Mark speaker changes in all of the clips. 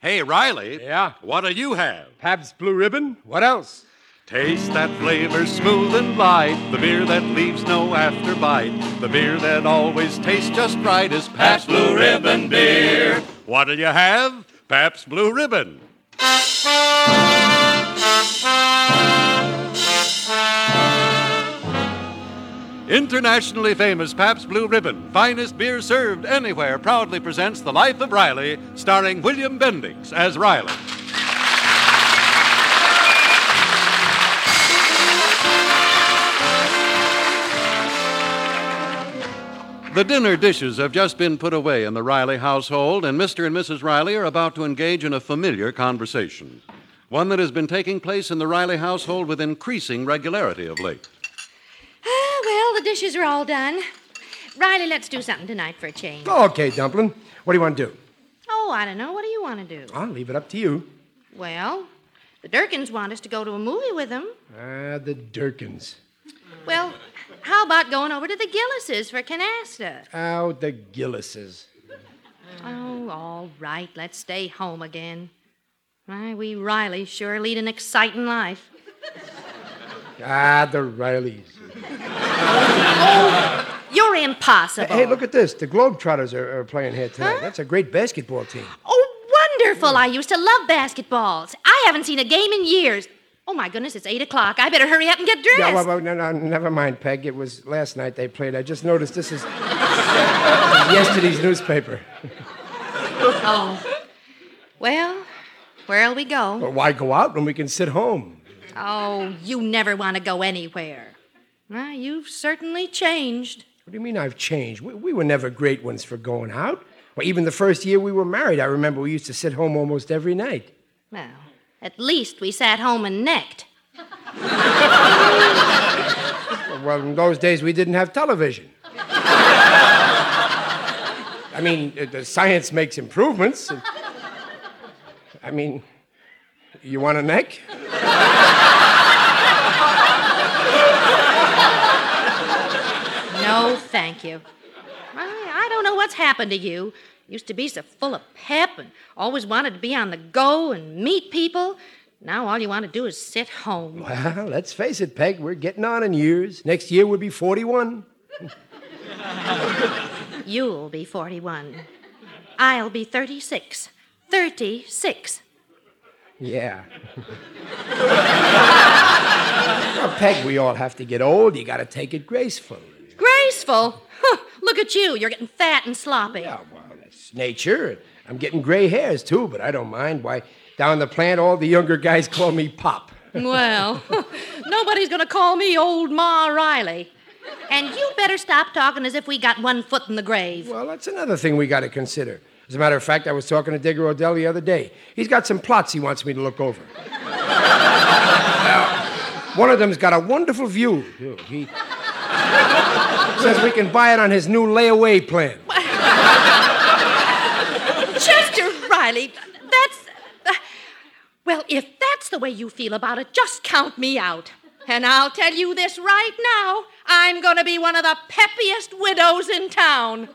Speaker 1: Hey, Riley.
Speaker 2: Yeah?
Speaker 1: What'll you have?
Speaker 2: Pabst Blue Ribbon? What else?
Speaker 1: Taste that flavor smooth and light. The beer that leaves no afterbite. The beer that always tastes just right is Pabst Blue Ribbon beer. What'll you have? Pabst Blue Ribbon. Internationally famous Pabst Blue Ribbon, finest beer served anywhere, proudly presents The Life of Riley, starring William Bendix as Riley. The dinner dishes have just been put away in the Riley household, and Mr. and Mrs. Riley are about to engage in a familiar conversation, one that has been taking place in the Riley household with increasing regularity of late.
Speaker 3: Ah, well, the dishes are all done. Riley, let's do something tonight for a change.
Speaker 2: Okay, Dumpling. What do you want to do?
Speaker 3: Oh, I don't know. What do you want to do?
Speaker 2: I'll leave it up to you.
Speaker 3: Well, the Durkins want us to go to a movie with them.
Speaker 2: Ah, the Durkins.
Speaker 3: Well, how about going over to the Gillises for canasta?
Speaker 2: Out the Gillises.
Speaker 3: Oh, all right. Let's stay home again. My wee Riley sure lead an exciting life.
Speaker 2: Ah, the Rileys.
Speaker 3: You're impossible.
Speaker 2: Hey, look at this. The Globetrotters are, are playing here tonight. That's a great basketball team.
Speaker 3: Oh, wonderful! I used to love basketballs. I haven't seen a game in years. Oh my goodness, it's eight o'clock. I better hurry up and get dressed.
Speaker 2: Yeah, well, well, no, no, never mind, Peg. It was last night they played. I just noticed this is yesterday's newspaper.
Speaker 3: Oh. Well, where'll we go?
Speaker 2: But why go out when we can sit home?
Speaker 3: Oh, you never want to go anywhere. Ah, you've certainly changed.
Speaker 2: What do you mean I've changed? We, we were never great ones for going out. Well, even the first year we were married, I remember we used to sit home almost every night.
Speaker 3: Well, at least we sat home and necked.
Speaker 2: Well, in those days we didn't have television. I mean, uh, the science makes improvements. I mean, you want a neck?
Speaker 3: No, thank you. I, I don't know what's happened to you. Used to be so full of pep and always wanted to be on the go and meet people. Now all you want to do is sit home.
Speaker 2: Well, let's face it, Peg, we're getting on in years. Next year we'll be 41.
Speaker 3: You'll be 41. I'll be 36. 36.
Speaker 2: Yeah. well, Peg, we all have to get old. You got to take it gracefully.
Speaker 3: Graceful? Huh, look at you. You're getting fat and sloppy.
Speaker 2: Yeah, well, that's nature. I'm getting gray hairs too, but I don't mind. Why, down the plant, all the younger guys call me Pop.
Speaker 3: Well, nobody's going to call me old Ma Riley. And you better stop talking as if we got one foot in the grave.
Speaker 2: Well, that's another thing we got to consider. As a matter of fact, I was talking to Digger Odell the other day. He's got some plots he wants me to look over. Now, one of them's got a wonderful view. too. He says we can buy it on his new layaway plan.
Speaker 3: Chester Riley, that's. uh, well, if that's the way you feel about it, just count me out. And I'll tell you this right now I'm going to be one of the peppiest widows in town.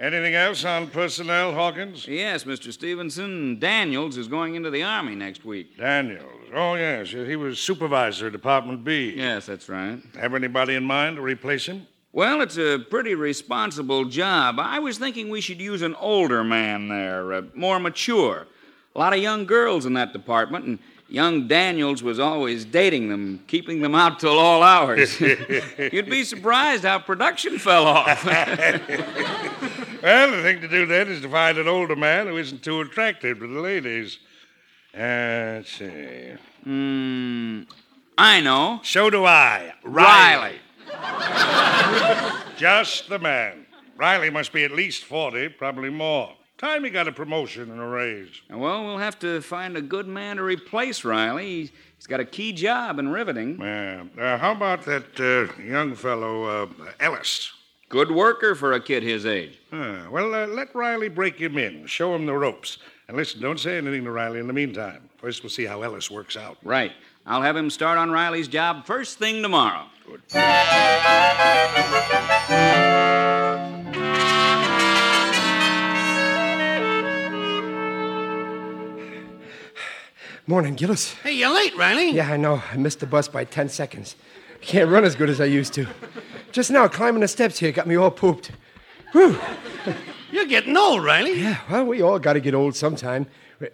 Speaker 4: Anything else on personnel, Hawkins?
Speaker 5: Yes, Mr. Stevenson. Daniels is going into the Army next week.
Speaker 4: Daniels. Oh, yes. He was supervisor, Department B.
Speaker 5: Yes, that's right.
Speaker 4: Have anybody in mind to replace him?
Speaker 5: Well, it's a pretty responsible job. I was thinking we should use an older man there, uh, more mature. A lot of young girls in that department, and Young Daniels was always dating them, keeping them out till all hours. You'd be surprised how production fell off.
Speaker 4: Well, the thing to do then is to find an older man who isn't too attractive to the ladies. Uh, let's see.
Speaker 5: Hmm, I know.
Speaker 4: So do I.
Speaker 5: Riley.
Speaker 4: Just the man. Riley must be at least 40, probably more. Time he got a promotion and a raise.
Speaker 5: Well, we'll have to find a good man to replace Riley. He's- He's got a key job in riveting.
Speaker 4: Yeah. Uh, how about that uh, young fellow, uh, Ellis?
Speaker 5: Good worker for a kid his age.
Speaker 4: Huh. well, uh, let Riley break him in, show him the ropes. And listen, don't say anything to Riley in the meantime. First, we'll see how Ellis works out.
Speaker 5: Right. I'll have him start on Riley's job first thing tomorrow.
Speaker 2: Morning, Gillis.
Speaker 6: Hey, you're late, Riley.
Speaker 2: Yeah, I know. I missed the bus by 10 seconds. I can't run as good as I used to. Just now, climbing the steps here got me all pooped. Whew.
Speaker 6: You're getting old, Riley.
Speaker 2: Yeah, well, we all got to get old sometime. Wait.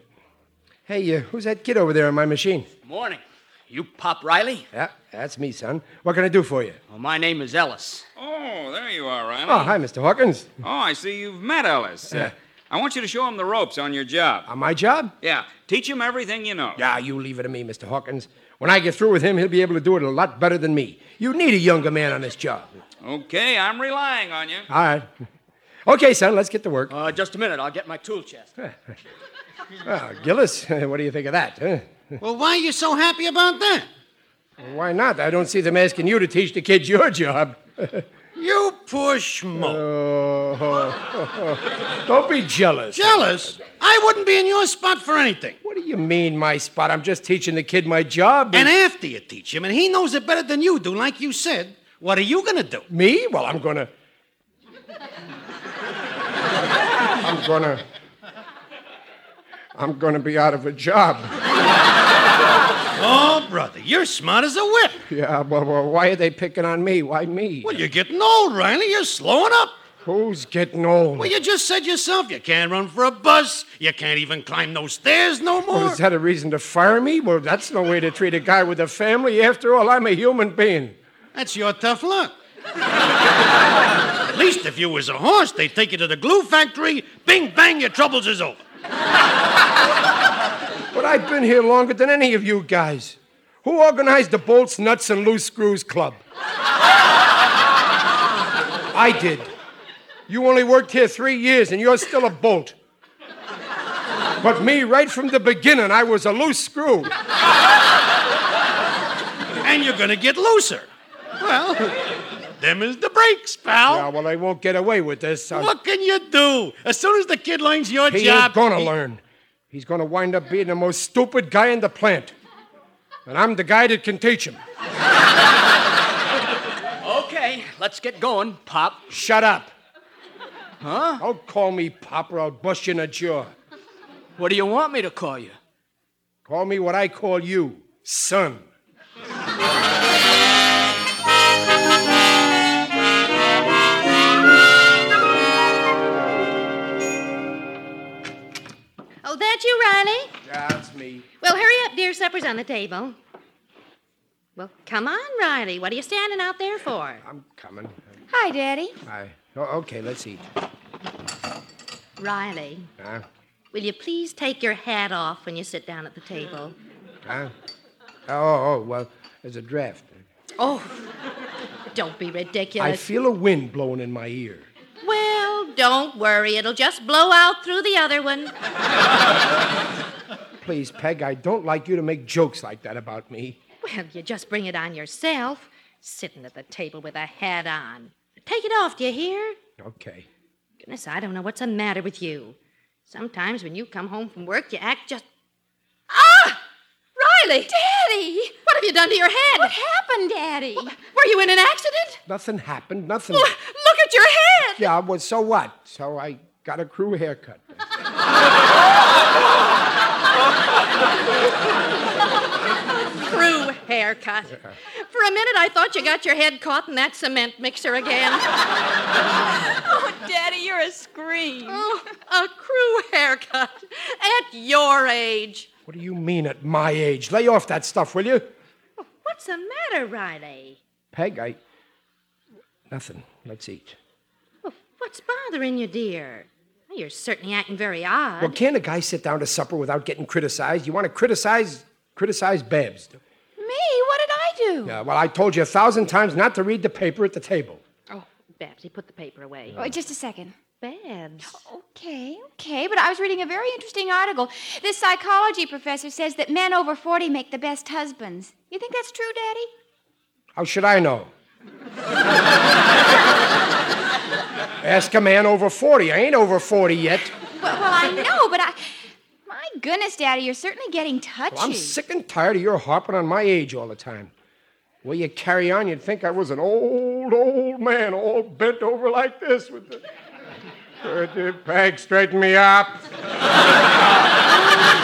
Speaker 2: Hey, uh, who's that kid over there on my machine?
Speaker 6: Morning. You Pop Riley?
Speaker 2: Yeah, that's me, son. What can I do for you?
Speaker 6: Well, my name is Ellis.
Speaker 5: Oh, there you are, Riley.
Speaker 2: Oh, hi, Mr. Hawkins.
Speaker 5: Oh, I see you've met Ellis. Uh, I want you to show him the ropes on your job.
Speaker 2: On my job?
Speaker 5: Yeah, teach him everything you know.
Speaker 2: Ah, you leave it to me, Mr. Hawkins. When I get through with him, he'll be able to do it a lot better than me. You need a younger man on this job.
Speaker 5: Okay, I'm relying on you.
Speaker 2: All right. Okay, son, let's get to work.
Speaker 6: Uh, just a minute. I'll get my tool chest.
Speaker 2: Ah, Gillis, what do you think of that? Huh?
Speaker 6: Well, why are you so happy about that?
Speaker 2: Why not? I don't see them asking you to teach the kids your job.
Speaker 6: You poor schmo.
Speaker 2: Don't be jealous.
Speaker 6: Jealous? I wouldn't be in your spot for anything.
Speaker 2: What do you mean, my spot? I'm just teaching the kid my job.
Speaker 6: And after you teach him, and he knows it better than you do, like you said, what are you going to do?
Speaker 2: me? Well, I'm gonna. I'm gonna. I'm gonna be out of a job.
Speaker 6: Oh, brother, you're smart as a whip.
Speaker 2: Yeah, well, well why are they picking on me? Why me?
Speaker 6: Well, you're getting old, Riley. You're slowing up.
Speaker 2: Who's getting old?
Speaker 6: Well, you just said yourself you can't run for a bus. You can't even climb those stairs no more.
Speaker 2: Well, is that a reason to fire me? Well, that's no way to treat a guy with a family. After all, I'm a human being.
Speaker 6: That's your tough luck. At least if you was a horse, they'd take you to the glue factory. Bing bang, your troubles is over.
Speaker 2: But I've been here longer than any of you guys. Who organized the Bolts, Nuts, and Loose Screws Club? I did. You only worked here three years and you're still a bolt. But me, right from the beginning, I was a loose screw.
Speaker 6: And you're gonna get looser. Well, them is the breaks, pal.
Speaker 2: Yeah, well, I won't get away with this. I'm-
Speaker 6: What can you do? As soon as the kid learns your
Speaker 2: he
Speaker 6: job,
Speaker 2: ain't gonna
Speaker 6: he-
Speaker 2: learn. He's gonna wind up being the most stupid guy in the plant. And I'm the guy that can teach him.
Speaker 6: Okay, let's get going, Pop.
Speaker 2: Shut up. Huh? Don't call me Pop or I'll bust you in a jaw.
Speaker 6: What do you want me to call you?
Speaker 2: Call me what I call you, son.
Speaker 3: Oh, that you, Riley?
Speaker 2: That's me.
Speaker 3: Well, hurry up, dear. Supper's on the table. Well, come on, Riley. What are you standing out there for?
Speaker 2: I'm coming.
Speaker 3: Hi, Daddy.
Speaker 2: I. Oh, okay, let's eat.
Speaker 3: Riley,
Speaker 2: Huh?
Speaker 3: will you please take your hat off when you sit down at the table?
Speaker 2: Huh? Oh, oh, well, there's a draft.
Speaker 3: Oh, don't be ridiculous.
Speaker 2: I feel a wind blowing in my ear.
Speaker 3: Well, don't worry. It'll just blow out through the other one.
Speaker 2: Please, Peg, I don't like you to make jokes like that about me.
Speaker 3: Well, you just bring it on yourself, sitting at the table with a hat on. Take it off, do you hear?
Speaker 2: Okay.
Speaker 3: Goodness, I don't know what's the matter with you. Sometimes when you come home from work, you act just. Ah! Riley! Daddy! What have you done to your head? What happened, Daddy? Were you in an accident?
Speaker 2: Nothing happened, nothing.
Speaker 3: Look at your head!
Speaker 2: yeah, well, so what? So I got a crew haircut.
Speaker 3: Crew haircut. For a minute, I thought you got your head caught in that cement mixer again.
Speaker 7: Daddy, you're a scream.
Speaker 3: Oh, a crew haircut at your age.
Speaker 2: What do you mean at my age? Lay off that stuff, will you?
Speaker 3: What's the matter, Riley?
Speaker 2: Peg, I. Nothing. Let's eat.
Speaker 3: Well, what's bothering you, dear? Well, you're certainly acting very odd.
Speaker 2: Well, can't a guy sit down to supper without getting criticized? You want to criticize? Criticize Babs.
Speaker 3: Me? What did I do?
Speaker 2: Yeah, well, I told you a thousand times not to read the paper at the table.
Speaker 3: Oh, Babsy, put the paper away.
Speaker 7: Oh, just a second.
Speaker 3: Babs.
Speaker 6: Oh.
Speaker 7: Okay, okay, but I was reading a very interesting article. This psychology professor says that men over 40 make the best husbands. You think that's true, Daddy?
Speaker 2: How should I know? Ask a man over 40. I ain't over 40 yet.
Speaker 7: Well, well I know, but I. My goodness, Daddy, you're certainly getting touchy.
Speaker 2: Well, I'm sick and tired of your harping on my age all the time. Will you carry on? You'd think I was an old, old man, all bent over like this with the. Uh, Peg, straighten me up.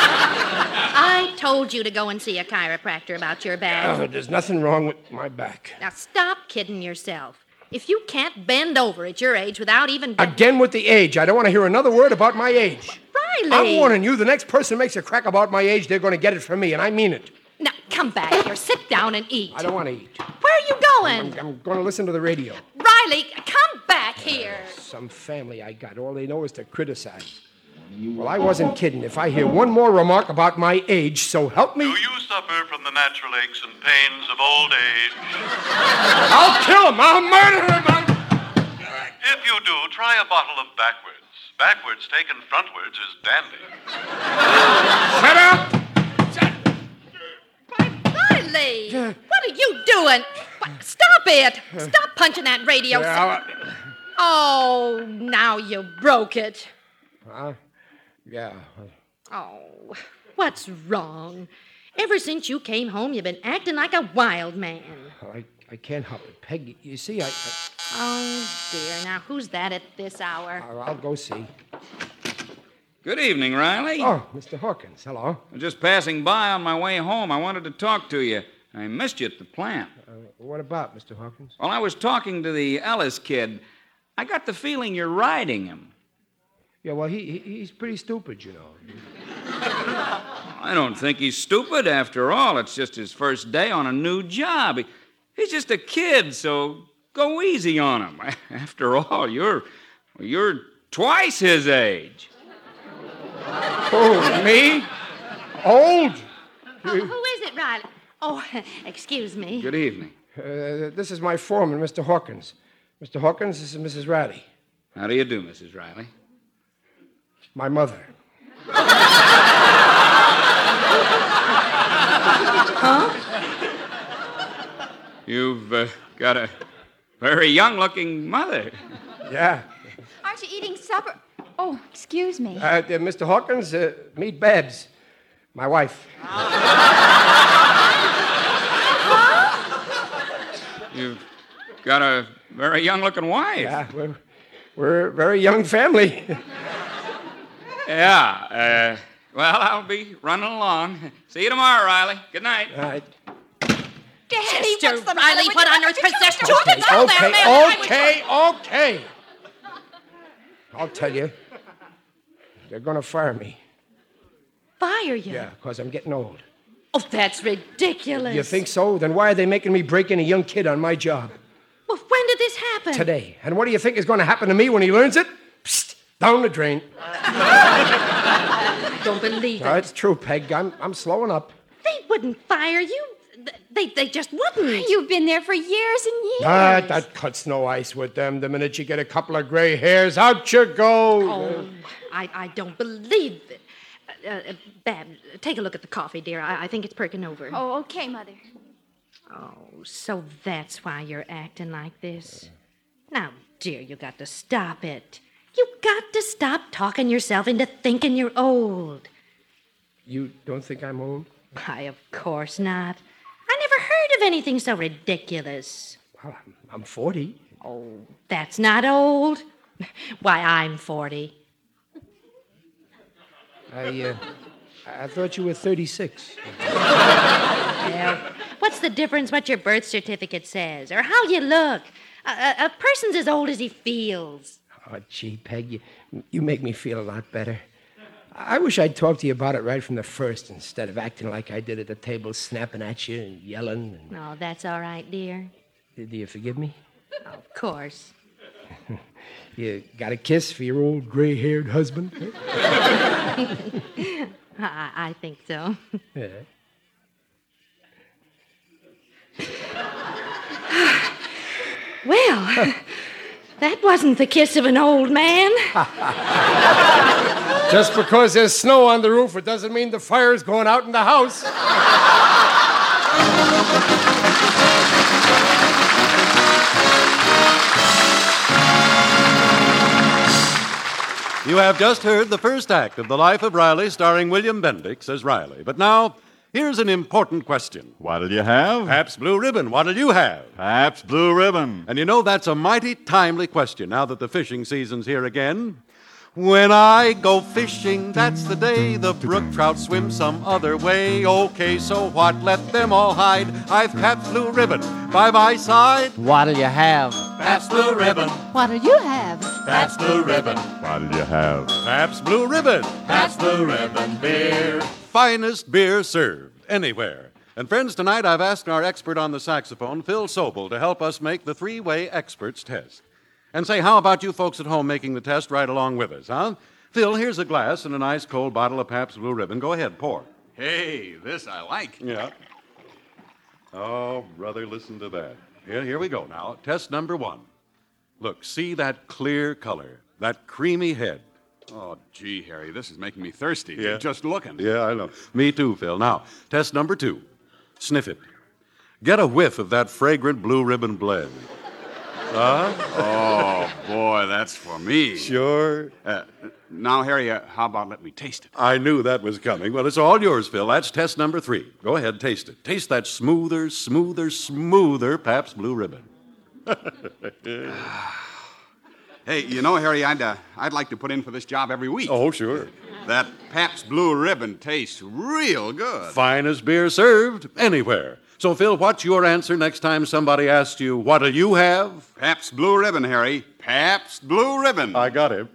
Speaker 3: I told you to go and see a chiropractor about your back.
Speaker 2: Oh, there's nothing wrong with my back.
Speaker 3: Now stop kidding yourself. If you can't bend over at your age without even bend-
Speaker 2: Again with the age. I don't want to hear another word about my age.
Speaker 3: Riley.
Speaker 2: I'm warning you, the next person makes a crack about my age, they're going to get it from me, and I mean it.
Speaker 3: Now come back here. Sit down and eat.
Speaker 2: I don't want to eat.
Speaker 3: Where are you going?
Speaker 2: I'm, I'm going to listen to the radio.
Speaker 3: Riley, come back here.
Speaker 2: Some family I got, all they know is to criticize. Well, I wasn't kidding. If I hear one more remark about my age, so help me,
Speaker 8: Do you suffer from the natural aches and pains of old age?
Speaker 2: I'll kill him. I'll murder him. I'll...
Speaker 8: If you do, try a bottle of backwards. Backwards taken frontwards is dandy.
Speaker 2: Shut up!
Speaker 3: Riley, what are you doing? What- Stop it! Stop punching that radio.
Speaker 2: Yeah,
Speaker 3: Oh, now you broke it.
Speaker 2: I- yeah.
Speaker 3: Oh, what's wrong? Ever since you came home, you've been acting like a wild man.
Speaker 2: I, I can't help it. Peggy, you see, I, I,
Speaker 3: Oh, dear. Now, who's that at this hour?
Speaker 2: I'll go see.
Speaker 5: Good evening, Riley.
Speaker 2: Oh, Mr. Hawkins, hello.
Speaker 5: I'm just passing by on my way home. I wanted to talk to you. I missed you at the plant.
Speaker 2: Uh, what about Mr. Hawkins?
Speaker 5: While I was talking to the Ellis kid, I got the feeling you're riding him.
Speaker 2: Yeah, well, he, he he's pretty stupid, you know.
Speaker 5: I don't think he's stupid after all. It's just his first day on a new job. He- He's just a kid, so go easy on him. After all, you're you're twice his age.
Speaker 2: Oh, me? Old? Uh,
Speaker 3: Oh, who is it, Riley? Oh, excuse me.
Speaker 5: Good evening.
Speaker 2: Uh, this is my foreman, Mr. Hawkins. Mr. Hawkins, this is Mrs. Riley,
Speaker 5: How do you do, Mrs. Riley?
Speaker 2: my mother.
Speaker 5: You've uh, got a very young-looking mother.
Speaker 2: Yeah.
Speaker 7: Aren't you eating supper? Oh, excuse me.
Speaker 2: Uh, uh, Mr. Hawkins, uh, meet Babs, my wife.
Speaker 5: You've got a very young-looking wife.
Speaker 2: Yeah, we're, we're a very young family.
Speaker 5: Yeah, Uh, well, I'll be running along. See you tomorrow, Riley. Good night.
Speaker 2: All right.
Speaker 7: Daddy,
Speaker 3: Chester Riley, what on earth possessed you to
Speaker 2: Okay,
Speaker 3: do that, man? I
Speaker 2: okay,
Speaker 3: was-
Speaker 2: okay, okay. I'll tell you, they're going to fire me.
Speaker 3: Fire you.
Speaker 2: Yeah, because I'm getting old.
Speaker 3: Oh, that's ridiculous.
Speaker 2: You think so? Then why are they making me break in a young kid on my job?
Speaker 3: Well, when did this happen?
Speaker 2: today. And what do you think is going to happen to me when he learns it? Psst, down the drain.
Speaker 3: I don't believe it.
Speaker 2: No, it's true, Peg. I'm, I'm slowing up.
Speaker 3: They wouldn't fire you. Th- They, they just wouldn't.
Speaker 7: You've been there for years and years.
Speaker 2: Ah, that cuts no ice with them. The minute you get a couple of gray hairs, out you go.
Speaker 3: Oh, I, I don't believe it. Uh, uh, Bab, take a look at the coffee, dear. I, I think it's perking over.
Speaker 7: Oh, okay, Mother.
Speaker 3: Oh, so that's why you're acting like this. Now, dear, you got to stop it. You got to stop talking yourself into thinking you're old.
Speaker 2: You don't think I'm old?
Speaker 3: Why, of course not. I never heard of anything so ridiculous.
Speaker 2: Well, I'm, I'm 40.
Speaker 3: Oh, that's not old. Why, I'm 40.
Speaker 2: I, uh, I thought you were 36.
Speaker 3: Well, what's the difference what your birth certificate says or how you look? A, a, a person's as old as he feels.
Speaker 2: Oh, gee, Peg, you, you make me feel a lot better. I wish I'd talked to you about it right from the first instead of acting like I did at the table, snapping at you and yelling.
Speaker 3: No, Oh, that's all right, dear.
Speaker 2: Do you forgive me?
Speaker 3: Of course.
Speaker 2: You got a kiss for your old gray haired husband?
Speaker 3: I, I think so.
Speaker 2: yeah.
Speaker 3: Well, that wasn't the kiss of an old man.
Speaker 2: Just because there's snow on the roof, it doesn't mean the fire's going out in the house.
Speaker 1: You have just heard the first act of The Life of Riley, starring William Bendix as Riley. But now, here's an important question. What'll you have? Pabst Blue Ribbon. What'll you have? Pabst Blue Ribbon. And you know, that's a mighty timely question now that the fishing season's here again. When I go fishing, that's the day the brook trout swim some other way. Okay, so what? Let them all hide. I've Pabst Blue Ribbon by my side. What'll you have? Pabst Blue Ribbon.
Speaker 9: What'll you have?
Speaker 1: Pabst Blue Ribbon. What'll you have? Pabst Blue Ribbon. Pabst Blue Ribbon beer. Finest beer served anywhere. And friends, tonight I've asked our expert on the saxophone, Phil Sobel, to help us make the three-way experts test. And say, how about you folks at home making the test right along with us, huh? Phil, here's a glass and an ice cold bottle of Pabst Blue Ribbon. Go ahead, pour.
Speaker 10: Hey, this I like.
Speaker 1: Yeah. Oh, brother, listen to that. Here, here we go now. Test number one. Look, see that clear color, that creamy head.
Speaker 10: Oh, gee, Harry, this is making me thirsty.
Speaker 1: Yeah.
Speaker 10: Just looking.
Speaker 1: Yeah, I know. Me too, Phil. Now, test number two. Sniff it. Get a whiff of that fragrant blue ribbon blend. Huh?
Speaker 10: Oh, boy, that's for me.
Speaker 1: Sure.
Speaker 10: Uh, now, Harry, uh, how about let me taste it?
Speaker 1: I knew that was coming. Well, it's all yours, Phil. That's test number three. Go ahead, taste it. Taste that smoother, smoother, smoother Pabst Blue Ribbon.
Speaker 10: Hey, you know, Harry, I'd, uh, I'd like to put in for this job every week.
Speaker 1: Oh, sure.
Speaker 10: That Pabst Blue Ribbon tastes real good.
Speaker 1: Finest beer served anywhere. So, Phil, what's your answer next time somebody asks you, What'll you have?
Speaker 10: Pabst Blue Ribbon, Harry. Pabst Blue Ribbon.
Speaker 1: I got him.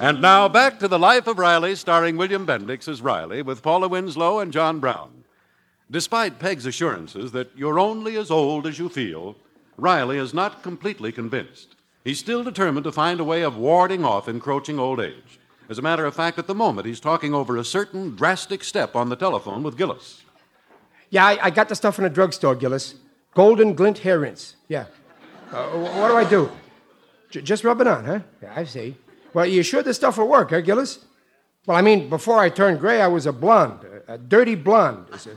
Speaker 1: And now back to The Life of Riley, starring William Bendix as Riley, with Paula Winslow and John Brown. Despite Peg's assurances that you're only as old as you feel, Riley is not completely convinced. He's still determined to find a way of warding off encroaching old age. As a matter of fact, at the moment, he's talking over a certain drastic step on the telephone with Gillis.
Speaker 2: Yeah, I, I got the stuff in the drugstore, Gillis. Golden glint hair rinse. Yeah. Uh, wh- what do I do? J- just rub it on, huh? Yeah, I see. Well, you sure this stuff will work, huh, Gillis? Well, I mean, before I turned gray, I was a blonde, a, a dirty blonde. It's a-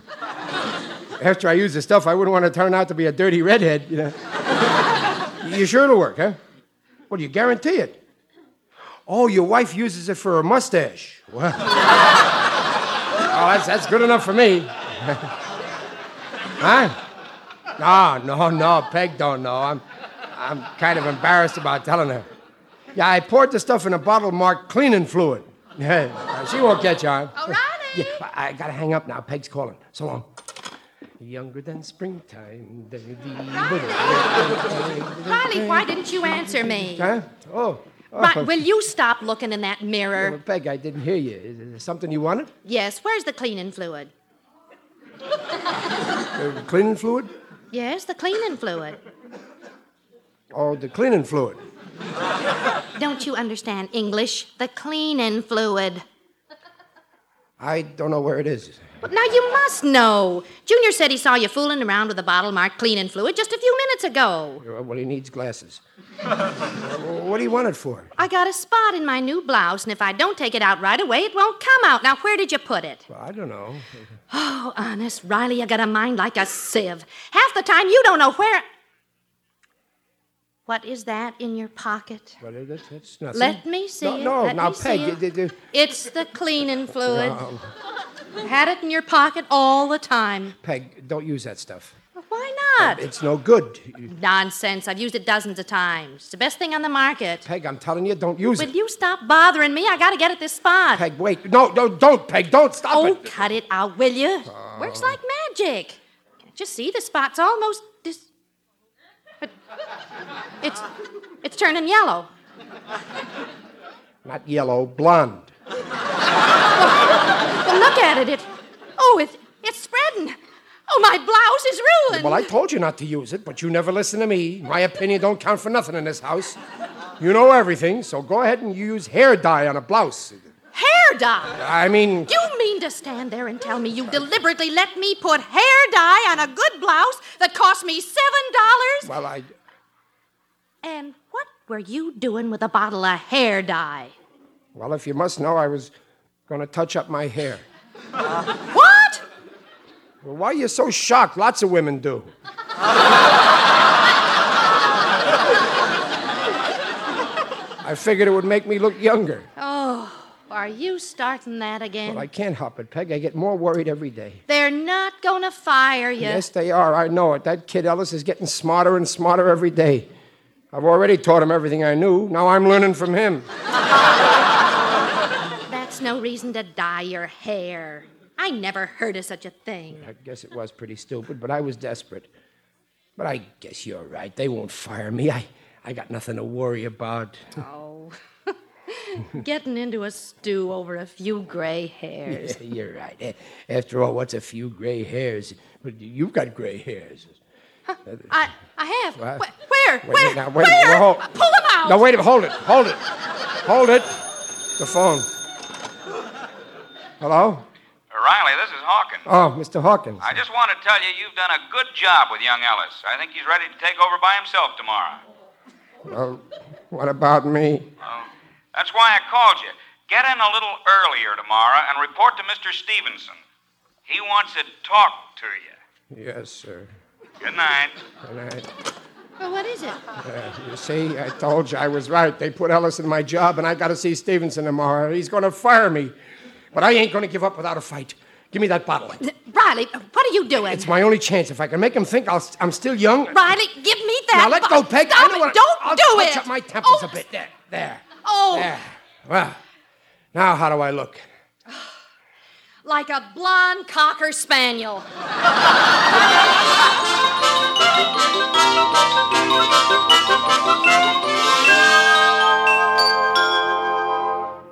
Speaker 2: After I used the stuff, I wouldn't want to turn out to be a dirty redhead. You, know? you sure it'll work, huh? Well, you guarantee it. Oh, your wife uses it for her mustache. Well, oh, that's, that's good enough for me. Huh? No, no, no. Peg don't know. I'm, I'm kind of embarrassed about telling her. Yeah, I poured the stuff in a bottle marked cleaning fluid. Yeah, she won't catch on. All right. Yeah, I I gotta hang up now. Peg's calling. So long. Younger than springtime.
Speaker 3: Riley, why didn't you answer me?
Speaker 2: Huh? Oh. oh.
Speaker 3: Ri- will you stop looking in that mirror?
Speaker 2: Peg, I didn't hear you. Is there something you wanted?
Speaker 3: Yes, where's the cleaning fluid?
Speaker 2: Uh, cleaning fluid?
Speaker 3: Yes, the cleaning fluid.
Speaker 2: Oh, the cleaning fluid.
Speaker 3: Don't you understand English? The cleaning fluid.
Speaker 2: I don't know where it is.
Speaker 3: But now you must know. Junior said he saw you fooling around with a bottle marked cleaning fluid just a few minutes ago.
Speaker 2: Well, he needs glasses. what do you want it for?
Speaker 3: I got a spot in my new blouse, and if I don't take it out right away, it won't come out. Now, where did you put it?
Speaker 2: Well, I don't know.
Speaker 3: Oh, honest, Riley, you got a mind like a sieve. Half the time you don't know where. What is that in your pocket?
Speaker 2: Well, that's, that's nothing.
Speaker 3: Let me see
Speaker 2: No,
Speaker 3: it.
Speaker 2: no,
Speaker 3: Let
Speaker 2: now,
Speaker 3: me see
Speaker 2: Peg.
Speaker 3: it.
Speaker 2: you- did- did-
Speaker 3: It's the cleaning fluid.
Speaker 2: No.
Speaker 3: Had it in your pocket all the time.
Speaker 2: Peg, don't use that stuff.
Speaker 3: Why not?
Speaker 2: It's no good. You-
Speaker 3: Nonsense. I've used it dozens of times. It's the best thing on the market.
Speaker 2: Peg, I'm telling you, don't use
Speaker 3: Will
Speaker 2: it.
Speaker 3: you stop bothering me? I gotta get at this spot.
Speaker 2: Peg, wait. No, no, don't, Peg. Don't stop
Speaker 3: oh,
Speaker 2: it.
Speaker 3: cut it out, will you?
Speaker 2: Uh,
Speaker 3: Works like magic. Can't you see the spot's almost dis. It- It's it's turning yellow.
Speaker 2: Not yellow, blonde.
Speaker 3: Well, look at it. It. Oh, it, it's spreading. Oh, my blouse is ruined.
Speaker 2: Well, I told you not to use it, but you never listen to me. My opinion don't count for nothing in this house. You know everything, so go ahead and use hair dye on a blouse.
Speaker 3: Hair dye.
Speaker 2: I mean,
Speaker 3: You mean to stand there and tell me you deliberately let me put hair dye on a good blouse that cost me seven dollars?
Speaker 2: well, I.
Speaker 3: And what were you doing with a bottle of hair dye?
Speaker 2: Well, if you must know, I was going to touch up my hair.
Speaker 3: What?
Speaker 2: Well, why are you so shocked? Lots of women do. I figured it would make me look younger.
Speaker 3: Oh, are you starting that again?
Speaker 2: Well, I can't help it, Peg. I get more worried every day.
Speaker 3: They're not gonna fire you.
Speaker 2: Yes, they are. I know it. That kid Ellis is getting smarter and smarter every day. I've already taught him everything I knew. Now I'm learning from him.
Speaker 3: That's no reason to dye your hair. I never heard of such a thing.
Speaker 2: I guess it was pretty stupid, but I was desperate. But I guess you're right. They won't fire me. I, I got nothing to worry about.
Speaker 3: Oh. Getting into a stew over a few gray hairs.
Speaker 2: Yeah, you're right. Eh, After all, what's a few gray hairs? But you've got gray hairs.
Speaker 3: I, I have.
Speaker 2: What?
Speaker 3: Wh- Where?
Speaker 2: Wait,
Speaker 3: Where?
Speaker 2: now, wait,
Speaker 3: Where?
Speaker 2: now, hold-
Speaker 3: Pull them out.
Speaker 2: Now, wait a minute. Hold it. Hold it. Hold it. The phone. Hello?
Speaker 9: Riley, this is Hawkins.
Speaker 2: Oh, Mr. Hawkins.
Speaker 9: I just want to tell you you've done a good job with young Ellis. I think he's ready to take over by himself tomorrow.
Speaker 2: Well, Oh, what about me?
Speaker 9: That's why I called you. Get in a little earlier tomorrow and report to Mr. Stevenson. He wants to talk to you.
Speaker 2: Yes, sir.
Speaker 9: Good night.
Speaker 2: And I,
Speaker 3: Well, what is it?
Speaker 2: uh, you see, I told you I was right. They put Ellis in my job, and I got to see Stevenson tomorrow. He's going to fire me. But I ain't going to give up without a fight. Give me that bottle.
Speaker 3: Riley, what are you doing?
Speaker 2: It's my only chance. If I can make him think I'll, I'm still young.
Speaker 3: Riley, give me that.
Speaker 2: Now let
Speaker 3: bo-
Speaker 2: go, Peg.
Speaker 3: Stop
Speaker 2: I know
Speaker 3: it.
Speaker 2: what-
Speaker 3: Don't
Speaker 2: I'll
Speaker 3: do
Speaker 2: touch
Speaker 3: it.
Speaker 2: up my temples a bit. There, there.
Speaker 3: Oh,
Speaker 2: There. Well, now how do I look?
Speaker 3: like a blonde cocker spaniel.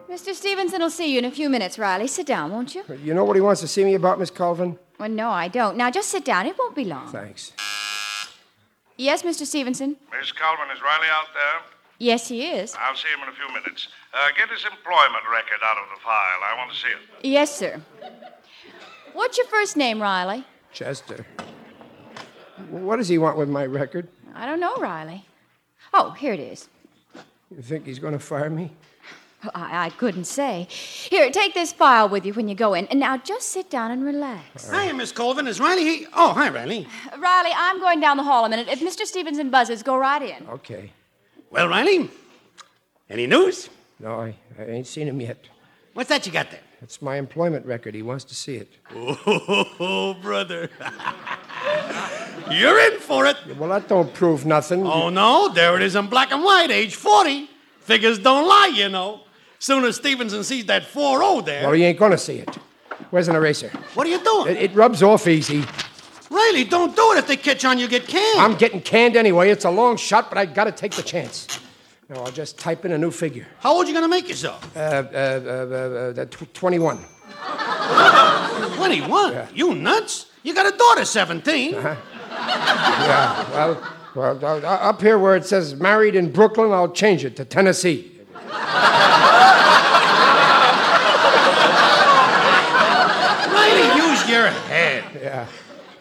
Speaker 7: Mr. Stevenson will see you in a few minutes, Riley. Sit down, won't you?
Speaker 2: You know what he wants to see me about, Miss Colvin?
Speaker 7: Well, no, I don't. Now, just sit down. It won't be long.
Speaker 2: Thanks.
Speaker 7: Yes, Mr. Stevenson?
Speaker 4: Miss Coleman, is Riley out there?
Speaker 7: Yes, he is.
Speaker 4: I'll see him in a few minutes. Uh, get his employment record out of the file. I want to see it.
Speaker 7: Yes, sir. What's your first name, Riley?
Speaker 2: Chester. What does he want with my record?
Speaker 7: I don't know, Riley. Oh, here it is.
Speaker 2: You think he's going to fire me?
Speaker 7: Well, I, I couldn't say. Here, take this file with you when you go in. And now just sit down and relax.
Speaker 6: Hi, Miss Colvin. Is Riley here? Oh, hi, Riley.
Speaker 7: Riley, I'm going down the hall a minute. If Mr. Stevenson buzzes, go right in.
Speaker 2: Okay.
Speaker 6: Well, Riley, any news?
Speaker 2: No, I, I ain't seen him yet.
Speaker 6: What's that you got there?
Speaker 2: It's my employment record. He wants to see it.
Speaker 6: Oh, brother. You're in for it.
Speaker 2: Well, that don't prove nothing.
Speaker 6: Oh, no, there it is in black and white, age 40. Figures don't lie, you know. Soon as Stevenson sees that 4 0 there.
Speaker 2: Well, he ain't going to see it. Where's an eraser?
Speaker 6: What are you doing?
Speaker 2: It, it rubs off easy.
Speaker 6: Riley, don't do it. If they catch on, you get canned.
Speaker 2: I'm getting canned anyway. It's a long shot, but I got to take the chance. Now, I'll just type in a new figure.
Speaker 6: How old you going to make yourself?
Speaker 2: Uh, uh, uh, uh, uh, tw- 21.
Speaker 6: 21. You nuts? You got a daughter 17.
Speaker 2: Uh-huh. Yeah, well, well, uh, up here where it says married in Brooklyn, I'll change it to Tennessee.
Speaker 6: Riley, use your head.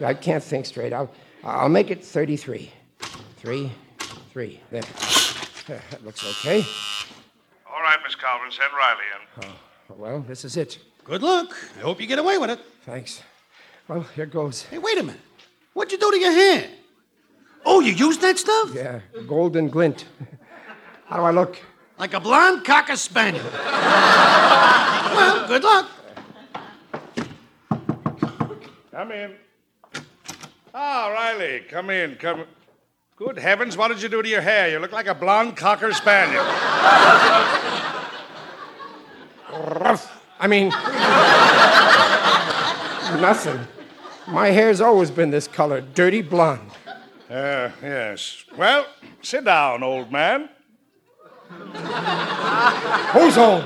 Speaker 2: Yeah, I can't think straight. I'll, I'll make it 33. Three, three. There. Yeah, That looks okay.
Speaker 4: All right, Miss Colvin, send Riley in.
Speaker 2: Well, this is it.
Speaker 6: Good luck. I hope you get away with it.
Speaker 2: Thanks. Well, here goes.
Speaker 6: Hey, wait a minute. What'd you do to your hair? Oh, you used that stuff?
Speaker 2: Yeah, golden glint. How do I look?
Speaker 6: Like a blonde cocker spaniel. well, good luck.
Speaker 4: Come in. Ah, Riley, come in. Come. Good heavens, what did you do to your hair? You look like a blonde cocker spaniel.
Speaker 2: Rough. I mean, nothing. My hair's always been this color, dirty blonde.
Speaker 4: Uh, yes. Well, sit down, old man.
Speaker 2: Who's home?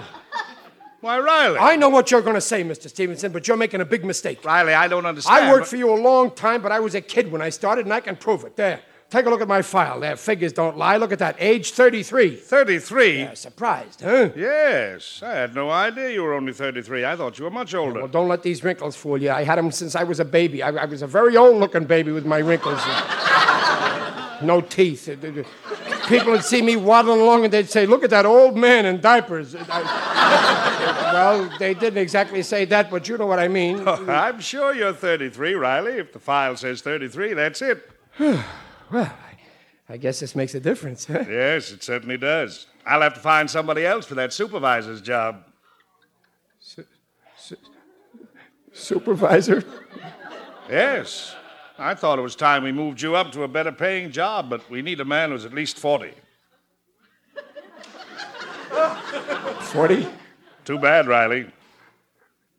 Speaker 4: Why, Riley.
Speaker 2: I know what you're going to say, Mr. Stevenson, but you're making a big mistake.
Speaker 4: Riley, I don't understand.
Speaker 2: I worked
Speaker 4: but-
Speaker 2: for you a long time, but I was a kid when I started, and I can prove it. There. Take a look at my file. There, figures don't lie. Look at that. Age 33.
Speaker 4: 33?
Speaker 2: Yeah, surprised, huh?
Speaker 4: Yes. I had no idea you were only 33. I thought you were much older.
Speaker 2: Well, don't let these wrinkles fool you. I had them since I was a baby. I, I was a very old looking baby with my wrinkles. no teeth. People would see me waddling along and they'd say, Look at that old man in diapers. I- well, they didn't exactly say that, but you know what I mean.
Speaker 4: I'm sure you're 33, Riley. If the file says 33, that's it.
Speaker 2: I guess this makes a difference, huh?
Speaker 4: yes, it certainly does. I'll have to find somebody else for that supervisor's job.
Speaker 2: Supervisor.
Speaker 4: Yes. I thought it was time we moved you up to a better paying job, but we need a man who's at least 40.
Speaker 2: 40?
Speaker 4: Too bad, Riley.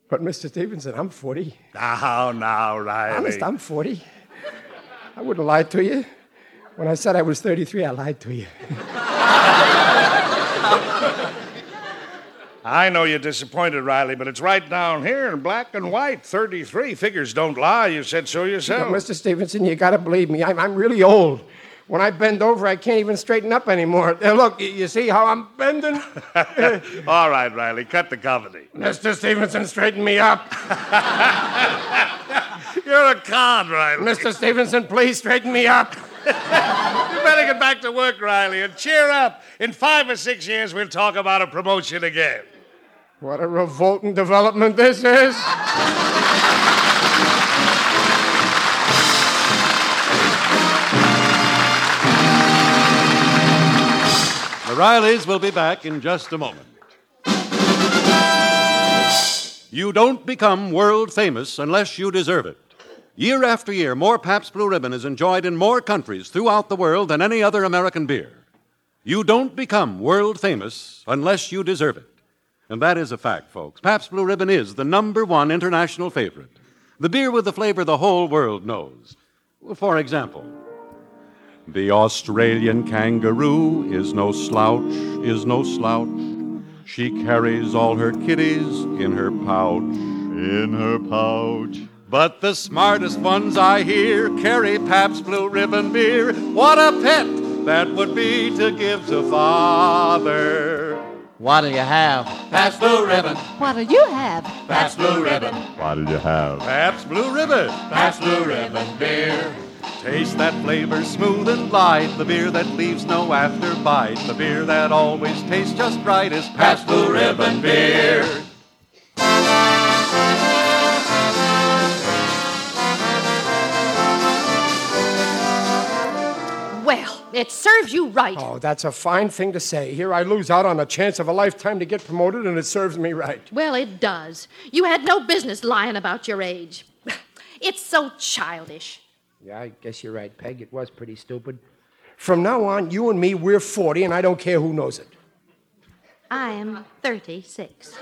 Speaker 2: But, Mr. Stevenson, I'm 40.
Speaker 4: Now, now, Riley.
Speaker 2: Honest, I'm 40. I wouldn't lie to you. When I said I was 33, I lied to you.
Speaker 4: I know you're disappointed, Riley, but it's right down here in black and white. 33 figures don't lie. You said so yourself.
Speaker 2: Now, Mr. Stevenson, you gotta believe me. I'm, I'm really old. When I bend over, I can't even straighten up anymore. Uh, look, y- you see how I'm bending?
Speaker 4: All right, Riley, cut the comedy.
Speaker 2: Mr. Stevenson, straighten me up.
Speaker 4: You're a con, Riley.
Speaker 2: Mr. Stevenson, please straighten me up.
Speaker 4: You better get back to work, Riley, and cheer up. In five or six years, we'll talk about a promotion again.
Speaker 2: What a revolting development this is.
Speaker 1: The Rileys will be back in just a moment. You don't become world famous unless you deserve it. Year after year, more Pabst Blue Ribbon is enjoyed in more countries throughout the world than any other American beer. You don't become world famous unless you deserve it. And that is a fact, folks. Pabst Blue Ribbon is the number one international favorite. The beer with the flavor the whole world knows. For example, the Australian kangaroo is no slouch, is no slouch. She carries all her kitties in her pouch, in her pouch. But the smartest ones I hear carry Pabst Blue Ribbon beer. What a pet that would be to give to father. What do you have? Pabst Blue Ribbon.
Speaker 11: What'll you have?
Speaker 1: Pabst Blue Ribbon. What'll you have? Pabst Blue Ribbon. Pabst Blue Ribbon beer. Taste that flavor smooth and light, the beer that leaves no afterbite, the beer that always tastes just right is Pabst Blue Ribbon beer.
Speaker 3: Well, it serves you right.
Speaker 2: Oh, that's a fine thing to say. Here I lose out on a chance of a lifetime to get promoted, and it serves me right.
Speaker 3: Well, it does. You had no business lying about your age. It's so childish.
Speaker 2: Yeah, I guess you're right, Peg. It was pretty stupid. From now on, you and me, we're 40, and I don't care who knows it.
Speaker 3: I am 36.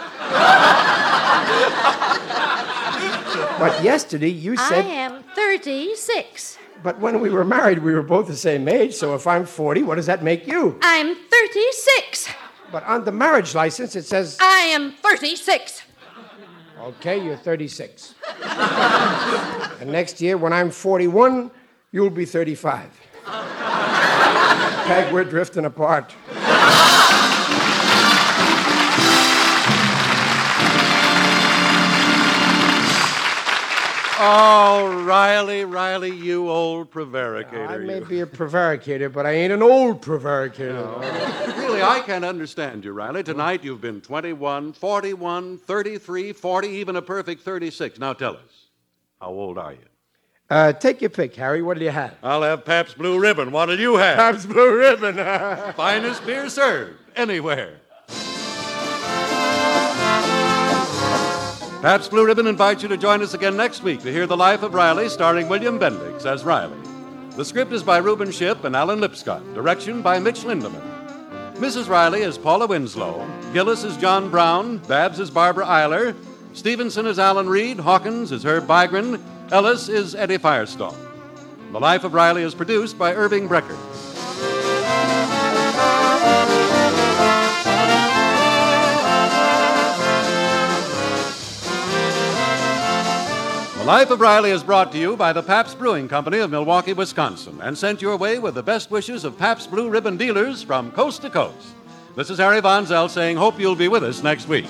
Speaker 2: But yesterday, you said.
Speaker 3: I am 36.
Speaker 2: But when we were married, we were both the same age, so if I'm 40, what does that make you?
Speaker 3: I'm 36.
Speaker 2: But on the marriage license, it says,
Speaker 3: I am 36.
Speaker 2: okay, you're 36. and next year, when I'm 41, you'll be 35. Peg, we're drifting apart.
Speaker 1: Oh, Riley, Riley, you old prevaricator.
Speaker 2: I
Speaker 1: you.
Speaker 2: may be a prevaricator, but I ain't an old prevaricator.
Speaker 1: Really, I can't understand you, Riley. Tonight you've been 21, 41, 33, 40, even a perfect 36. Now tell us, how old are you?
Speaker 2: Uh, take your pick, Harry. What do you have?
Speaker 1: I'll have Pabst Blue Ribbon. What'll you have?
Speaker 2: Pabst Blue Ribbon.
Speaker 1: Finest beer served anywhere. Pabst Blue Ribbon invites you to join us again next week to hear The Life of Riley, starring William Bendix as Riley. The script is by Reuben Ship and Alan Lipscott, direction by Mitch Lindemann. Mrs. Riley is Paula Winslow, Gillis is John Brown, Babs is Barbara Eiler, Stevenson is Alan Reed, Hawkins is Herb Bygren, Ellis is Eddie Firestone. The Life of Riley is produced by Irving Brecker. Life of Riley is brought to you by the Pabst Brewing Company of Milwaukee, Wisconsin, and sent your way with the best wishes of Pabst Blue Ribbon dealers from coast to coast. This is Harry Von Zell saying, Hope you'll be with us next week.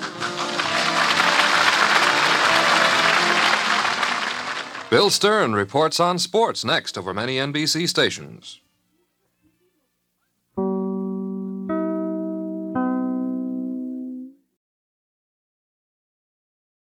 Speaker 12: Bill Stern reports on sports next over many NBC stations.